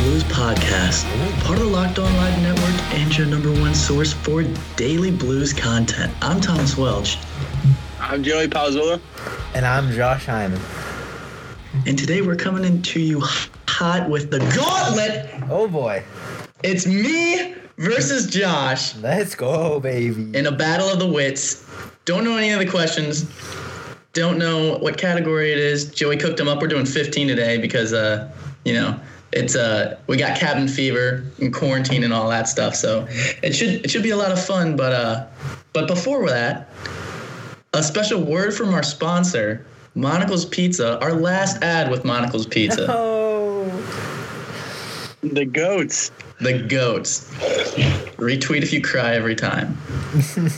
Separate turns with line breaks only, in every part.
Blues podcast, part of the Locked On Live Network and your number one source for daily blues content. I'm Thomas Welch.
I'm Joey Palzola.
And I'm Josh Hyman.
And today we're coming into you hot with the gauntlet.
Oh boy.
It's me versus Josh
Let's go, baby.
in a battle of the wits. Don't know any of the questions. Don't know what category it is. Joey cooked them up. We're doing 15 today because, uh, you know, it's uh, we got cabin fever and quarantine and all that stuff. So it should it should be a lot of fun. But uh, but before that, a special word from our sponsor, Monocle's Pizza. Our last ad with Monocle's Pizza.
Oh.
The goats.
the goats. Retweet if you cry every time.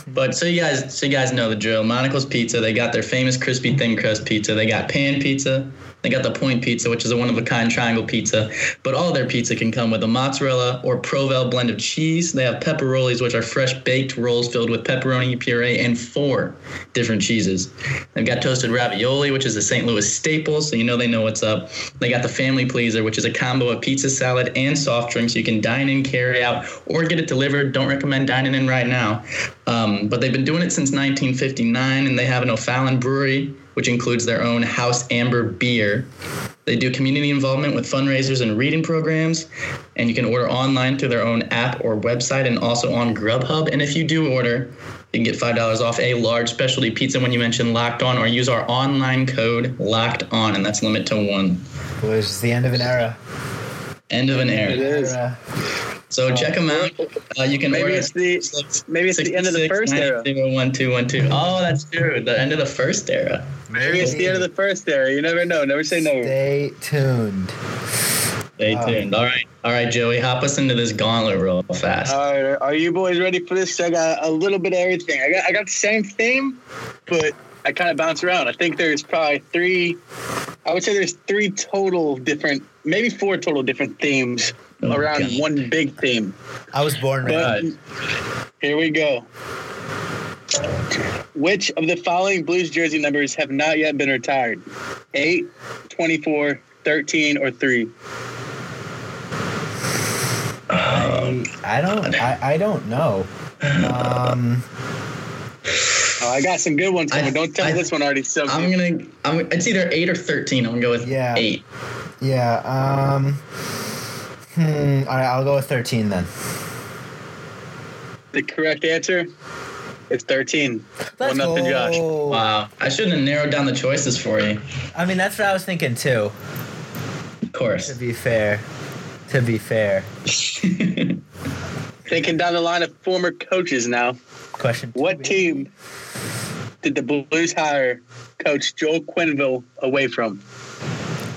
but so you guys, so you guys know the drill. Monocle's Pizza. They got their famous crispy thin crust pizza. They got pan pizza. They got the point pizza, which is a one of a kind triangle pizza. But all their pizza can come with a mozzarella or Provel blend of cheese. They have pepperolis, which are fresh baked rolls filled with pepperoni puree and four different cheeses. They've got toasted ravioli, which is a St. Louis staple, so you know they know what's up. They got the family pleaser, which is a combo of pizza, salad, and soft drinks. You can dine in, carry out, or get it delivered. Don't recommend dining in right now. Um, but they've been doing it since 1959, and they have an O'Fallon brewery, which includes their own house amber beer. They do community involvement with fundraisers and reading programs, and you can order online through their own app or website and also on Grubhub. And if you do order, you can get $5 off a large specialty pizza when you mention locked on or use our online code locked on, and that's limit to one.
It was just the end of an era.
End of an
It
era.
is.
Era.
So check them out. Uh, you can
Maybe
order
it's the maybe it's the end of the first era.
01212. Oh, that's true. The end of the first era.
Maybe it's the end of the first era. You never know. Never say never.
Stay tuned.
Stay
Ah.
Wow.
tuned. All right. All right, Joey, hop us into this gauntlet real fast.
All right, are you boys ready for this? I got a little bit of everything. I got I got the same theme, but I kind of bounce around. I think there's probably three. I would say there's three total different, maybe four total different themes
Oh,
around
God.
one big theme.
I was born ready.
But here we go. Which of the following Blues jersey numbers have not yet been retired? 8, 24, 13, or 3? Ah.
I, I don't. I, I don't know. Um.
Oh, I got some good ones
I-
coming. Don't tell me
I-
this one already. So
I'm gonna. I'm, it's either eight or thirteen. I'm gonna go with
Yeah.
eight.
Yeah. Um. Hmm. All right. I'll go with thirteen then.
the correct answer is 13.
Let's
one nothing, Josh.
go.
Wow. I shouldn't have narrowed down the choices for you.
I mean, that's what I was thinking too.
Of
To
course.
be fair. To be fair.
Thinking down the line of former coaches now.
Question. two
What
being-
team did the Blues hire coach Joel Quinville away from?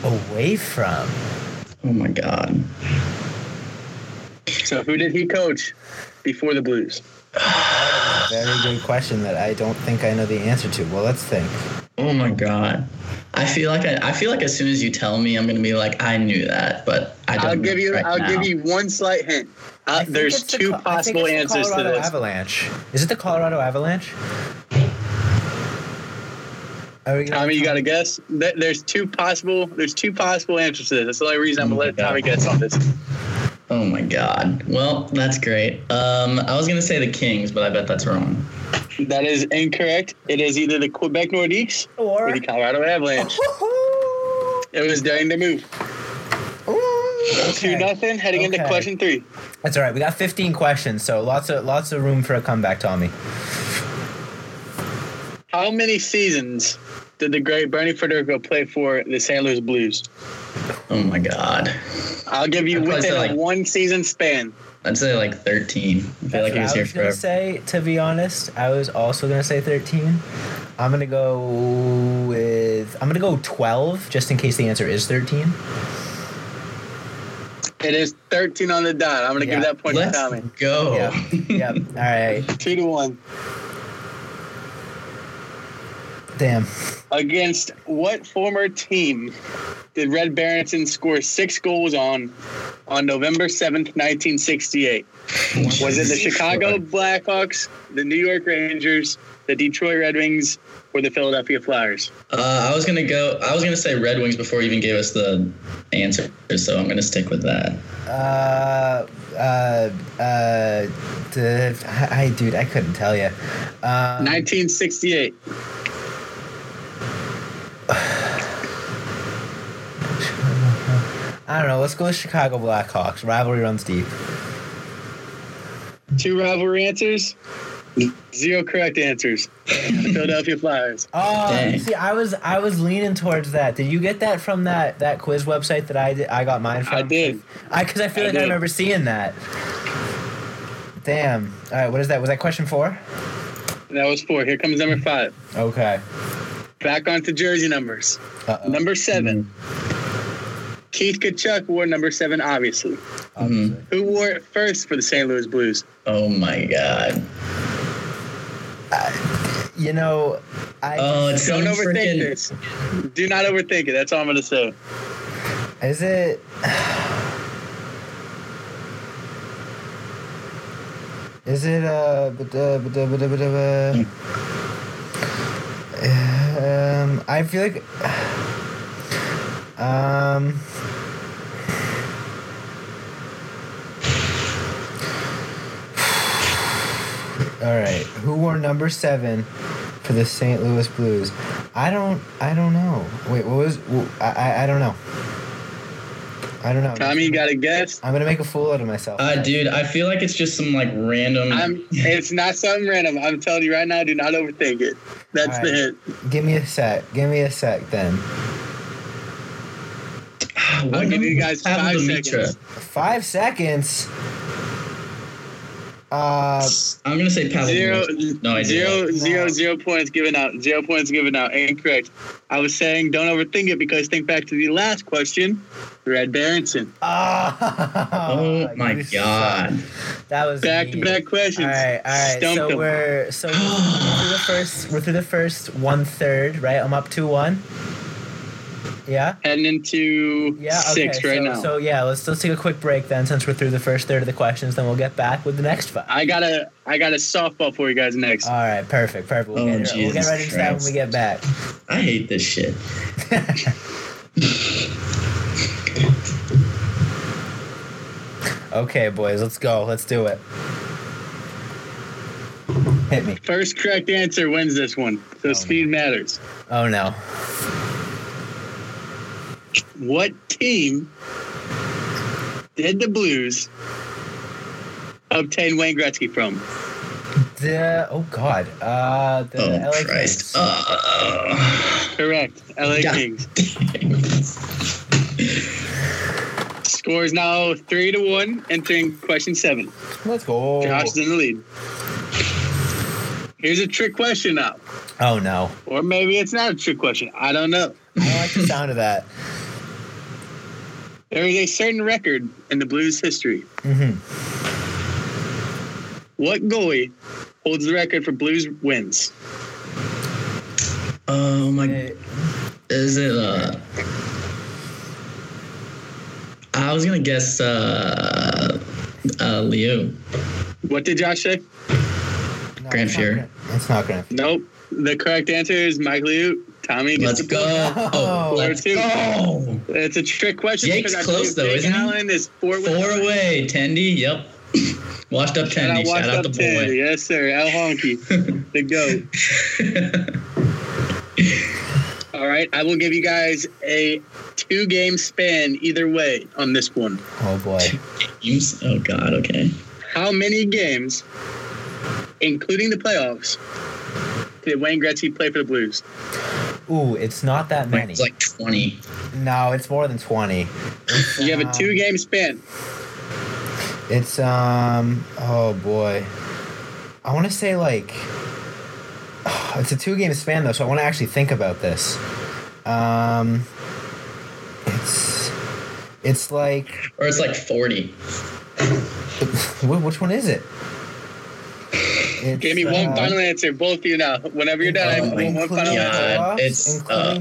Away from.
Oh my God.
So who did he coach before the Blues?
Very good question that I don't think I know the answer to. Well, let's think.
Oh my God. I feel like I, I feel like as soon as you tell me, I'm gonna be like, I knew that, but I don't.
I'll
know
give you.
right
I'll
now.
give you one slight hint. Uh,
I think
there's
it's the
two
Col- I think
possible
it's the
answers to
Colorado
this.
Avalanche. Is it the Colorado Avalanche? Are we gonna-
Tommy, you got to guess. Th- There's two possible. There's two possible answers to this. That's the only reason I'm gonna let Tommy guess on this.
Oh my God. Well, that's great. Um, I was gonna say the Kings, but I bet that's wrong.
That is incorrect. It is either the Quebec Nordiques or
Or.
the Colorado Avalanche. It was during the move. Two
Okay.
nothing. Heading into
Okay.
question three.
That's all right. We got 15 questions, so lots of lots of room for a comeback, Tommy.
How many seasons did the great Bernie Federico play for the St. Louis Blues?
Oh my God.
I'll give you
I'd probably
within
say
a
like-
one season span.
I'd say like thirteen. I feel
That's
like he
what
was
I
here
was gonna
forever.
say. To be honest, I was also gonna say 13. I'm gonna go with I'm gonna go 12, just in case the answer is 13.
It is 13 on the dot. I'm gonna
Yeah.
give that point
Let's
to Tommy.
go.
Yep. Yep. All right.
Two to one.
Damn.
Against what former team did Red Berenson score six goals on on November 7th, 1968? Was it the Chicago Blackhawks, the New York Rangers, the Detroit Red Wings, or the Philadelphia Flyers?
Uh, I was gonna go. I was gonna say Red Wings before you even gave us the answer, so I'm gonna stick with that.
Uh, uh, uh, d- I, I- dude, I couldn't tell you. Um,
1968.
I don't know. Let's go with Chicago Blackhawks. Rivalry runs deep.
Two rivalry answers, zero correct answers. The Philadelphia Flyers.
Oh,
Dang.
see, I was I was leaning towards that. Did you get that from that that quiz website that I did, I got mine from?
I did.
I because I feel
I
like I
did.
remember seeing that. Damn. All right, what is that? Was that question four?
That was four. Here comes number five.
Okay.
Back onto jersey numbers.
Uh-oh.
Number seven. Keith Kachuk wore number seven, obviously.
Obviously.
Who wore it first for the St. Louis Blues?
Oh my god.
Mm-hmm.
You know, I
Oh, it's
Don't
some
overthink
freaking-
this. Do not overthink it. That's all I'm going to say.
is it. Is it uh, but, uh, but, uh, but, uh, but, uh, uh, um I feel like um All right. Who wore number 7 for the St. Louis Blues? I don't I don't know. Wait, what was wh- I I, I don't know. I don't know.
Tommy, you got to guess.
I'm going to make a fool out of myself.
Uh, dude, I feel like it's just some like random.
I'm, it's not something random. I'm telling you right now, do not overthink it. That's the
All right.
hint.
Give me a sec. Give me a sec then.
What
I'll give you
number was
guys
Pavel
five
Dimitra?
seconds.
Five seconds. Uh,
I'm gonna say Pavel.
Zero,
Dimitra. No idea.
zero, zero, zero points given out. Zero points given out. Incorrect. I was saying don't overthink it because think back to the last question. Red Berenson.
Oh
oh,
my
you
god.
suck. That was
Back to
mean.
back questions.
All right, all right.
Stumped
so
'em.
we're so we're through the first we're through the first one third, right? I'm up two one. Yeah.
Heading into
Yeah. Okay.
six right
so,
now.
So yeah, let's let's take a quick break then, since we're through the first third of the questions. Then we'll get back with the next five.
I got a I got a softball for you guys next.
All right. Perfect. Perfect. We'll,
Oh,
get, we'll get
Jesus
right into that
Christ.
when we get back.
I hate this shit.
Okay, boys, let's go. Let's do it. Hit me.
First correct answer wins this one. So
Oh,
speed matters.
Oh no.
What team did the Blues obtain Wayne Gretzky from?
The, oh god. Uh, the
Oh
LA
Christ.
Kings.
Uh,
Correct. LA
God.
Kings. Scores now three to one, entering question seven.
Let's go.
Josh is in the lead. Here's a trick question now.
Oh no.
Or maybe it's not a trick question. I don't know.
I don't like the sound of that.
There is a certain record in the Blues history.
Mm-hmm.
What goalie holds the record for Blues wins?
oh my. Is it? Uh, I was gonna guess uh, uh, Leo.
What did Josh say?
No,
Grand
it's not
Fear.
Grand- It's not Grand.
Nope. The correct answer is Mike Liu. Tommy gets
Let's
the
go.
point.
Oh.
Four
let's
two.
go.
It's a trick question.
Jake's
because I
close,
believe
though,
Jake
isn't he?
Allen is four,
Four away, Tendy. Yep. Washed up
And I
Tendy. Shout,
watched
out
up
the boy.
ten. Yes, sir. Al Honky, the goat. All right, I will give you guys a two-game span either way on this one.
Oh boy.
Games? Oh God. Okay.
How many games, including the playoffs, did Wayne Gretzky play for the Blues?
Ooh, it's not that many.
It's like twenty.
no, it's more than twenty. It's,
You have a
um,
two-game span.
It's um. Oh boy. I want to say like. It's a two game span though, so I want to actually think about this. Um. It's. It's like.
Or it's like forty.
wh- Which one is it? It's,
Jamie, one
uh,
final answer. Both of you now. Whenever you're done, I
Oh,
one, one
including
final
God.
answer.
playoffs,
it's, uh,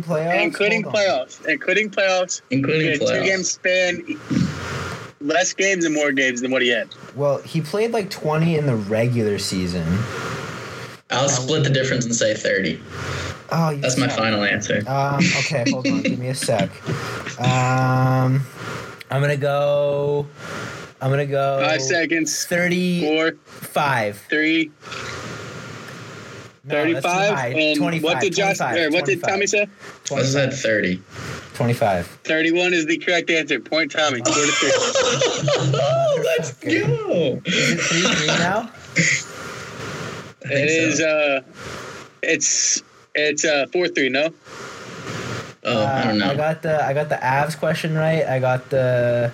Including
including playoffs, Hold on.
playoffs. Including playoffs.
including
Okay, Two
playoffs.
game span. Less games and more games than what he had.
Well, he played like twenty in the regular season.
I'll split the difference and say 30.
Oh, you
That's my
suck.
final answer.
Um, okay, hold on. Give me a sec. Um, I'm gonna go. I'm gonna go.
Five seconds.
Thirty-five.
Four, three,
No, that's too high.
thirty-five. and what did Josh? Or what did
25,
Tommy say?
I said
25,
30.
25.
Thirty-one is the correct answer. Point Tommy. Four to three.
Oh, let's go.
Is it three three now?
I think
It is.
so.
Uh, it's it's uh four three. No.
oh, I don't
Uh,
know.
I got the I got the Avs question right. I got the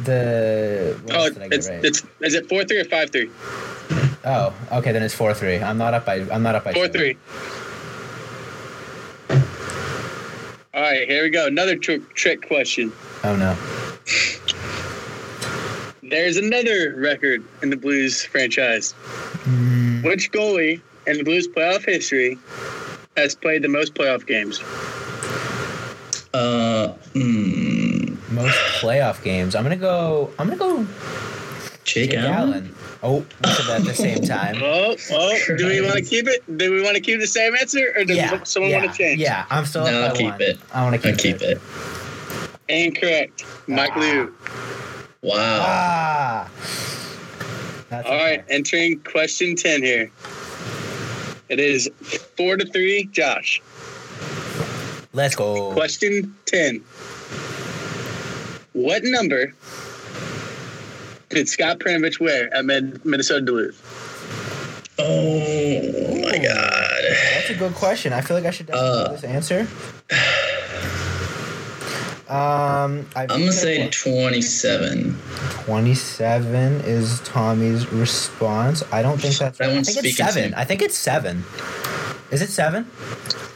the. What
Oh,
else did I get
it's
right?
it's is it four three or five three?
oh, okay. Then it's four three. I'm not up by. I'm not up by.
Four
two.
three. All right, here we go. Another trick trick question.
Oh no.
There's another record in the Blues franchise.
Mm,
Which goalie in the Blues playoff history has played the most playoff games?
uh, mm,
most playoff games. I'm gonna go. I'm gonna go
Jake,
Jake
Allen?
Allen. Oh, we said that at the same time.
Oh, oh! Do we want to keep it? Do we want to keep the same answer, or does
Yeah,
someone
yeah,
want to change?
yeah. I'm still.
No,
up by
keep
one.
it.
I want to
I
keep,
keep it.
Incorrect. Mike
Ah.
Liu.
Wow.
Ah. That's
All right, entering question ten here. It is four to three, Josh.
Let's go.
Question 10. What number did Scott Pranovich wear at Min- Minnesota Duluth?
Oh, my God.
That's a good question. I feel like I should definitely
Uh,
know this answer. Um, I
I'm going to say 27.
27 is Tommy's response. I don't think that's
That
right. I
one's
think it's
speaking to
seven.
me.
I think it's seven. Is it seven?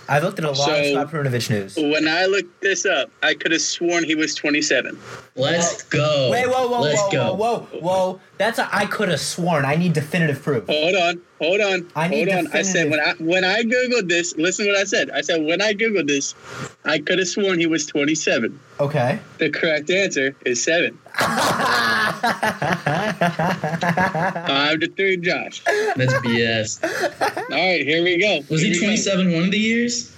I've looked at a lot of
So-
Scott Perunovich news.
When I looked this up, I could have sworn he was 27.
Let's go.
Wait, whoa, whoa,
Let's
whoa,
go.
whoa, whoa, whoa. That's a, I could have sworn. I need definitive proof.
Hold on, hold on,
I need
hold on. I said when I when I googled this, listen to what I said. I said when I googled this, I could have sworn he was 27.
Okay.
The correct answer is seven. Five to three, Josh. All
That's BS.
right, here we go.
Was
Here
he
we go.
27 one of the years?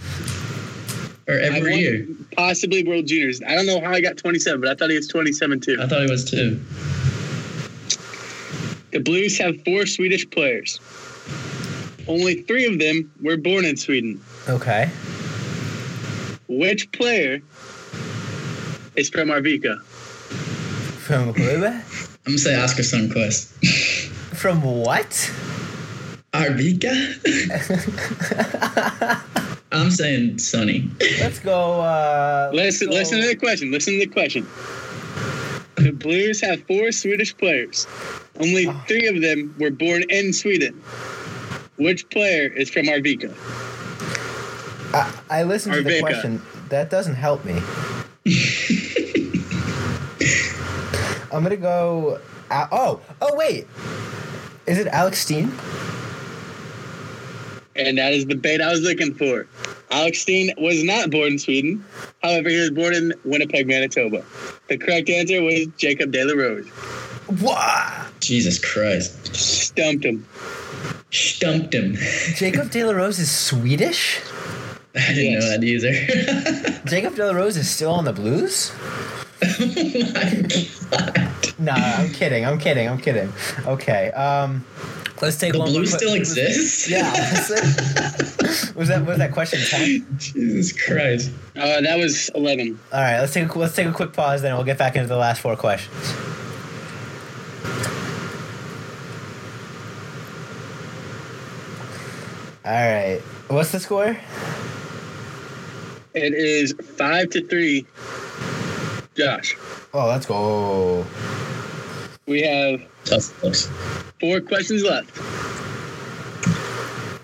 Or
I
every
won-
year?
Possibly World Juniors. I don't know how I got 27, but I thought he was 27 too.
I thought he was too.
The Blues have four Swedish players. Only three of them were born in Sweden.
okay.
Which player is from Arvika?
From who?
I'm going to say Oscar Sundquist.
From what?
Arvika? I'm saying Sunny.
Let's go. Uh, let's
Listen,
go-
listen to the question. Listen to the question. The Blues have four Swedish players. Only three of them were born in Sweden. Which player is from Arvika?
I, I listened to the
Arvika.
question. That doesn't help me. I'm gonna go. Al- oh, oh wait. Is it Alex Steen?
And that is the bait I was looking for. Alex Steen was not born in Sweden. However, he was born in Winnipeg, Manitoba. The correct answer was Jacob De La Rose.
Wha
Jesus Christ.
Stumped him.
Stumped him.
Jacob De La Rose is Swedish.
I didn't
Yes.
know that either.
Jacob De La Rose is still on the Blues.
the
Nah, I'm kidding. I'm kidding. I'm kidding. Okay. Um, let's take one. more
blue
que-
still exists?
Yeah. let's- was that was that question ten?
Jesus Christ.
Uh, that was 11.
All right, let's take a, let's take a quick pause, then we'll get back into the last four questions. All right, what's the score?
It is 5 to 3. Josh,
Oh, let's go.
we have
Tough looks.
four questions left.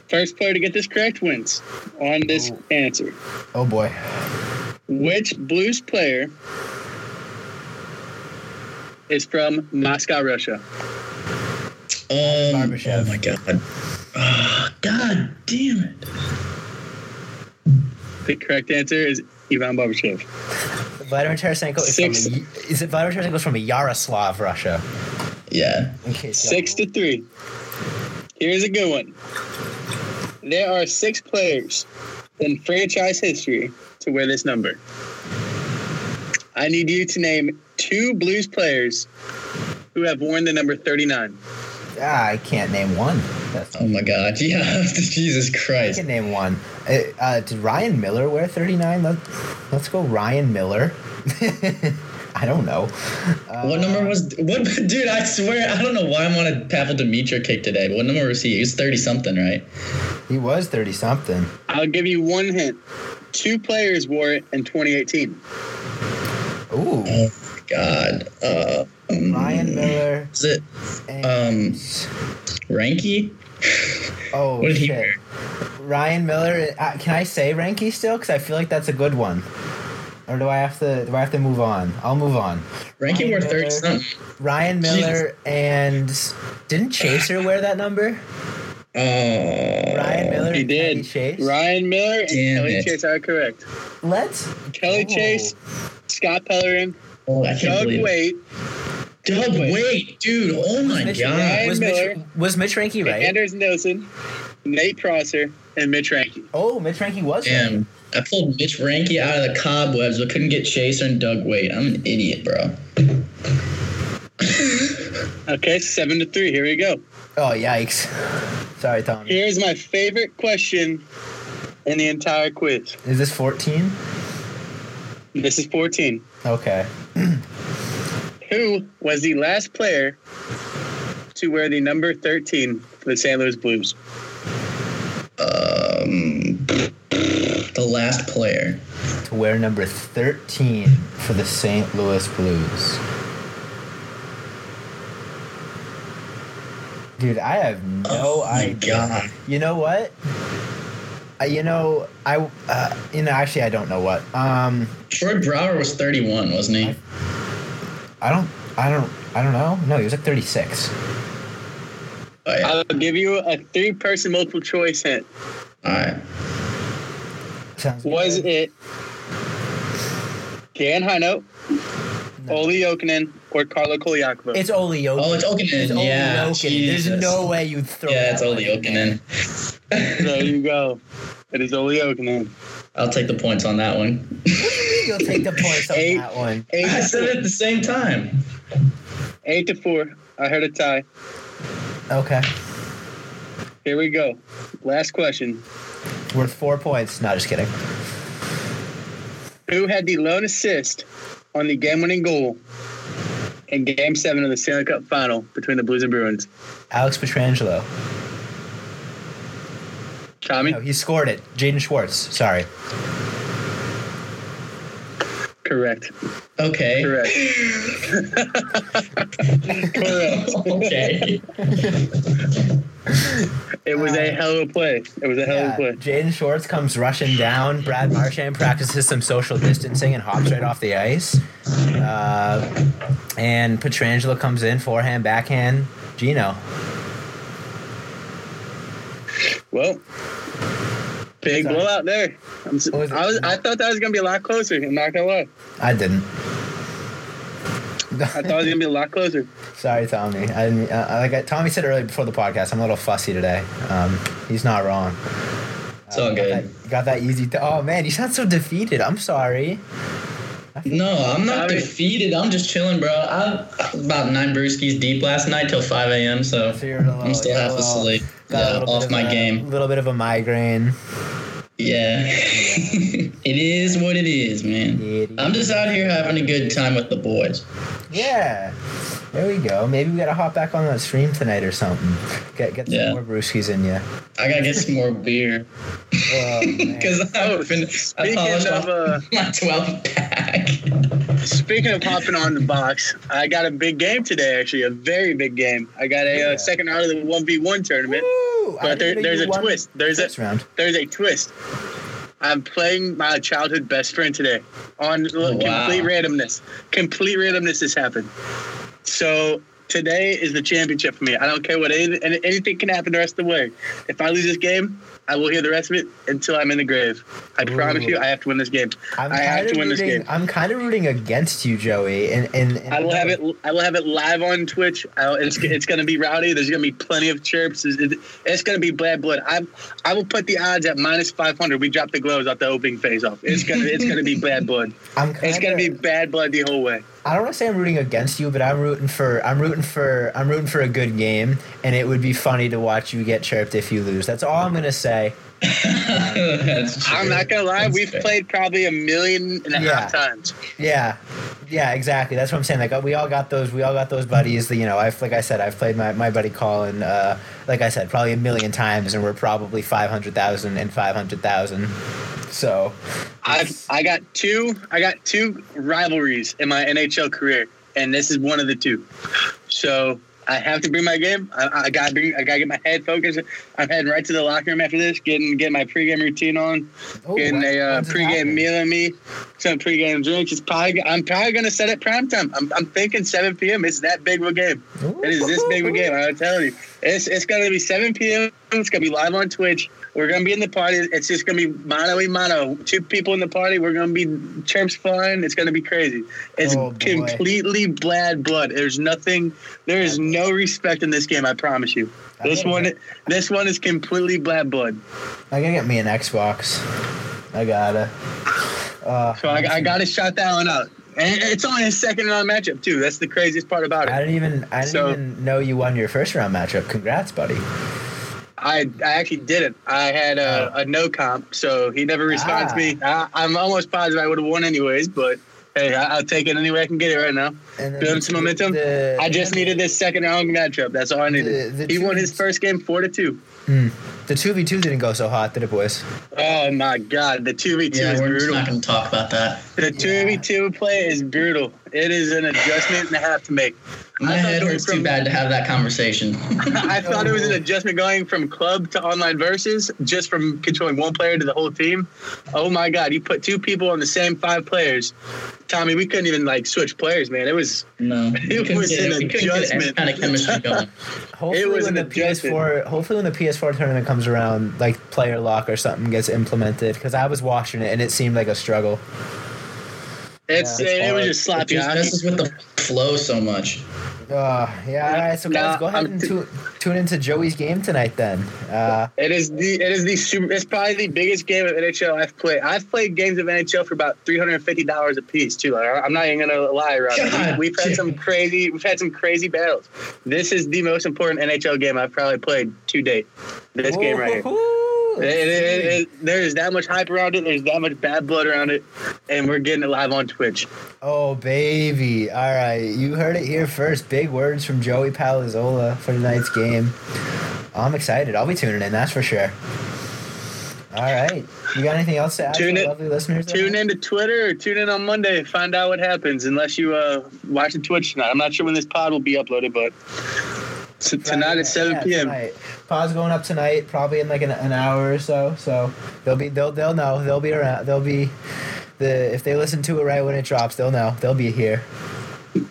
First player to get this correct wins on this
Oh.
answer.
Oh boy.
Which Blues player is from Moscow, Russia?
Um, oh
Barbashev.
my Um, God. Oh, Damn it.
The correct answer is Ivan Barbashev.
Vladimir Tarasenko is
Six.
from a, is it Vladimir Tarasenko is from a Yaroslav, Russia.
Yeah.
In case y'all-
Six to three. Here's a good one. There are six players in franchise history to wear this number. I need you to name two Blues players who have worn the number 39.
Ah, I can't name one. That's
Oh my God. Yeah. Jesus
I
Christ.
can name one. Uh, uh, did Ryan Miller wear 39? Let, let's go Ryan Miller. I don't know. Uh,
What number was what? Dude, I swear I don't know why I'm on a Pavel Dimitra kick today. But what number was he? He was thirty something, right?
He was 30 something.
I'll give you one hint. Two players wore it in 2018.
Ooh.
Oh my God. Uh, um,
Ryan Miller.
Is it
And,
Ranky?
oh,
what did he
shit.
wear?
Ryan Miller. Uh, can I say Ranky still? Because I feel like that's a good one. Or do I have to? Do I have to move on? I'll move on.
Ranky
Ryan
wore thirty
Miller.
something.
Ryan Miller and didn't Chaser wear that number?
Oh.
Ryan Miller.
He
and Kenny
did.
Chase.
Ryan Miller and
Damn
Kelly
it.
Chase are correct.
Let's.
Kelly
go.
Chase, Scott Pellerin,
Oh, I can't
Doug
believe it.
Wade,
Doug Wade, dude. Oh my
Mitch-
God.
Was Mitch, was Mitch Ranky right?
Anders Nilsson, Nate Prosser, and Mitch Ranke.
Oh, Mitch Ranky was right.
Damn. I pulled Mitch Ranky out of the cobwebs, but couldn't get Chaser and Doug Wade. I'm an idiot, bro.
Okay, seven to three. Here we go.
Oh, yikes. Sorry, Tom.
Here's my favorite question in the entire quiz.
Is this 14?
This is 14.
Okay.
Who was the last player to wear the number 13 for the St. Louis Blues?
Um, the last player.
To wear number 13 for the St. Louis Blues. Dude, I have no
Oh my
idea.
God.
You know what? Uh, you know, I, uh, you know, actually, I don't know what. Um,
Troy Brower was 31, wasn't he?
I don't, I don't, I don't know. No, he was like 36.
Oh, yeah.
I'll give you a three person multiple choice hint.
All right.
Sounds
Was
good.
it Dan Hino,
No.
Oli Jokinen, or Carlo Koliakvo?
It's Ole Jokic.
Oh, it's Okinen.
It's Ole
yeah.
Jokic.
Jesus.
There's no way you'd throw
Yeah,
that
it's Ole
one in there.
Okinen.
there you go. It is Oli Jokinen.
I'll take the points on that one.
You'll take the points on
Eight.
that one.
Eight
I
to
said it at the same time.
Eight to four. I heard a tie.
Okay.
Here we go. Last question.
Worth four points. No, just kidding.
Who had the lone assist on the game winning goal in game seven of the Stanley Cup final between the Blues and Bruins?
Alex Petrangelo.
Tommy?
No, he scored it. Jaden Schwartz. Sorry.
Correct.
Okay.
Correct. Correct.
okay.
It was a hell of a play. It was a hell
Yeah.
of a play.
Jaden Schwartz comes rushing down. Brad Marchand practices some social distancing and hops right off the ice. Uh, and Petrangelo comes in forehand, backhand. Gino.
Well, big
Sorry.
blowout there. I'm s-
What was it?
I was. I thought that was gonna be a lot closer. I'm not gonna lie.
I didn't.
I thought it was gonna be a lot closer.
Sorry, Tommy. I didn't, uh, uh, like I, Tommy said earlier before the podcast, I'm a little fussy today. Um, he's not wrong. Um,
It's all
Got
good.
that, got that easy. oh man, you sound so defeated. I'm sorry.
No, I'm not
Sorry.
defeated. I'm just chilling, bro. I I was about nine brewskis deep last night till 5 a.m. So
So you're a little,
I'm still
you're a
half
little-
asleep.
Oh, got a
Yeah,
little bit
off
of
my
a-
game.
little bit of a migraine.
Yeah. it is what it is, man.
It
I'm just out here having a good time with the boys.
Yeah. There we go. Maybe we gotta hop back on that stream tonight or something. Get get some
Yeah.
more brewskis in Oh, you.
I gotta get some more beer because I, fin- I
Oh, Speaking
polished
of,
off
uh,
my 12 pack.
Speaking of hopping on the box, I got a big game today. Actually, a very big game. I got a
Yeah.
uh, second round of the one v one tournament. But there, there's a twist. There's a
This round.
there's a twist. I'm playing my childhood best friend today on
Oh, wow.
complete randomness. Complete randomness has happened. So today is the championship for me. I don't care what any, any- anything can happen the rest of the way. If I lose this game, I will hear the rest of it until I'm in the grave. I promise
Ooh.
you, I have to win this game.
I'm
I
kinda
have to win this
rooting,
game.
I'm kind of rooting against you, Joey. And, and, and
I will have it. I will have it live on Twitch. I'll, it's it's going to be rowdy. There's going to be plenty of chirps. It's, it's going to be bad blood. I I will put the odds at minus five hundred. We dropped the gloves off the opening phase off. It's gonna it's gonna be bad blood.
I'm kinda,
It's gonna be bad blood the whole way.
I don't want to say I'm rooting against you, but I'm rooting for. I'm rooting for. I'm rooting for a good game, and it would be funny to watch you get chirped if you lose. That's all I'm gonna say.
That's true.
I'm not gonna lie.
That's
We've
fair.
played probably a million and a half
Yeah.
times.
Yeah, yeah, exactly. That's what I'm saying. Like uh, we all got those, we all got those buddies. That, you know, I've like I said, I've played my, my buddy Colin. Uh, like I said, probably a million times, and we're probably 500,000 and 500,000. So,
I've I got two. I got two rivalries in my NHL career, and this is one of the two. So I have to bring my game. I, I got bring. I got to get my head focused. I'm heading right to the locker room after this, getting getting my pregame routine on,
oh,
getting a uh,
when's it happening?
pregame meal in me, some pregame drinks. It's probably I'm probably gonna set it prime time. I'm, I'm thinking 7 p.m. It's that big of a game. It is this big of a game. I'm telling you, it's it's gonna be 7 p.m. It's gonna be live on Twitch. We're gonna be in the party. It's just gonna be mano a mano. Two people in the party. We're gonna be chirps flying. It's gonna be crazy. It's
Oh, boy.
completely blad blood. There's nothing. There is no respect in this game. I promise you.
I
This
gotta
one,
get-
this one is completely blad blood.
I gotta get me an Xbox. I gotta. Uh,
So I, I gotta shout that one out. And it's only a second round matchup too. That's the craziest part about
I
it.
didn't even. I didn't
So-
even know you won your first round matchup. Congrats, buddy.
I, I actually did it. I had a, a no comp, so he never responds
Oh. Ah.
to me. I, I'm almost positive I would have won anyways, but hey, I, I'll take it any way I can get it right now.
And then
Build some momentum.
the-
I just needed this second round matchup. That's all I needed.
The- the
he won his
two-
first game four to two.
The two v two didn't go so hot, did it, boys?
Oh my god, the two v two
Yeah,
is
we're just
brutal.
not going to talk about that.
The two v two play is brutal. It is an adjustment and a half to make.
My
I thought
head
going
hurts
from-
too bad to have that conversation.
I thought it was an adjustment going from club to online versus, just from controlling one player to the whole team. Oh my God, you put two people on the same five players. Tommy, we couldn't even like switch players, man. It was
No,
It was an adjustment.
kind of chemistry going.
Hopefully,
was
when
an
the
adjustment.
PS4, hopefully when the PS4 tournament comes around, like player lock or something gets implemented. Because I was watching it and it seemed like a struggle.
it's
Yeah,
it was
hard.
just
It
sloppy.
just
hockey.
messes with the flow so much.
Uh, yeah. All right. So guys,
Nah,
go ahead
I'm
and
t-
tu- tune into Joey's game tonight. Then. Uh,
It is the it is the super. It's probably the biggest game of NHL I've played. I've played games of NHL for about three hundred and fifty dollars a piece too. Like, I'm not even gonna lie, Rob.
God
We, we've had
damn.
some crazy. We've had some crazy battles. This is the most important NHL game I've probably played to date. This game right here.
woo-hoo-hoo,
It- it- it-
let's see.
it- there's that much hype around it. There's that much bad blood around it, and we're getting it live on Twitch.
Oh baby! All right, you heard it here first. Big words from Joey Palazzola for tonight's game. I'm excited. I'll be tuning in. That's for sure. All right, you got anything else to add,
Tune
to our
it-
lovely listeners?
Tune in to Twitter or tune in on Monday. Find out what happens. Unless you uh, watch the Twitch tonight. I'm not sure when this pod will be uploaded, but t- tonight at 7
Yeah,
p.m.
tonight. Pod's going up tonight, probably in like an, an hour or so. So they'll be they'll they'll know they'll be around they'll be the if they listen to it right when it drops they'll know they'll be here.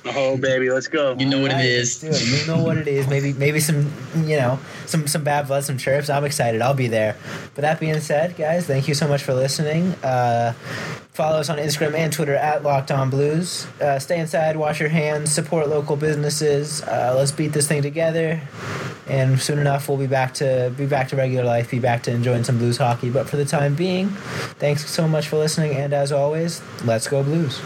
Oh baby, let's go.
You know what
Right,
it
let's
is.
do it. You know what it is. Maybe maybe some you know some some bad blood, some chirps. I'm excited. I'll be there. But that being said, guys, thank you so much for listening. Uh, follow us on Instagram and Twitter at Locked On Blues. Uh, stay inside, wash your hands, support local businesses. Uh, let's beat this thing together. And soon enough, we'll be back to be back to regular life, be back to enjoying some blues hockey. But for the time being, thanks so much for listening. And as always, let's go blues.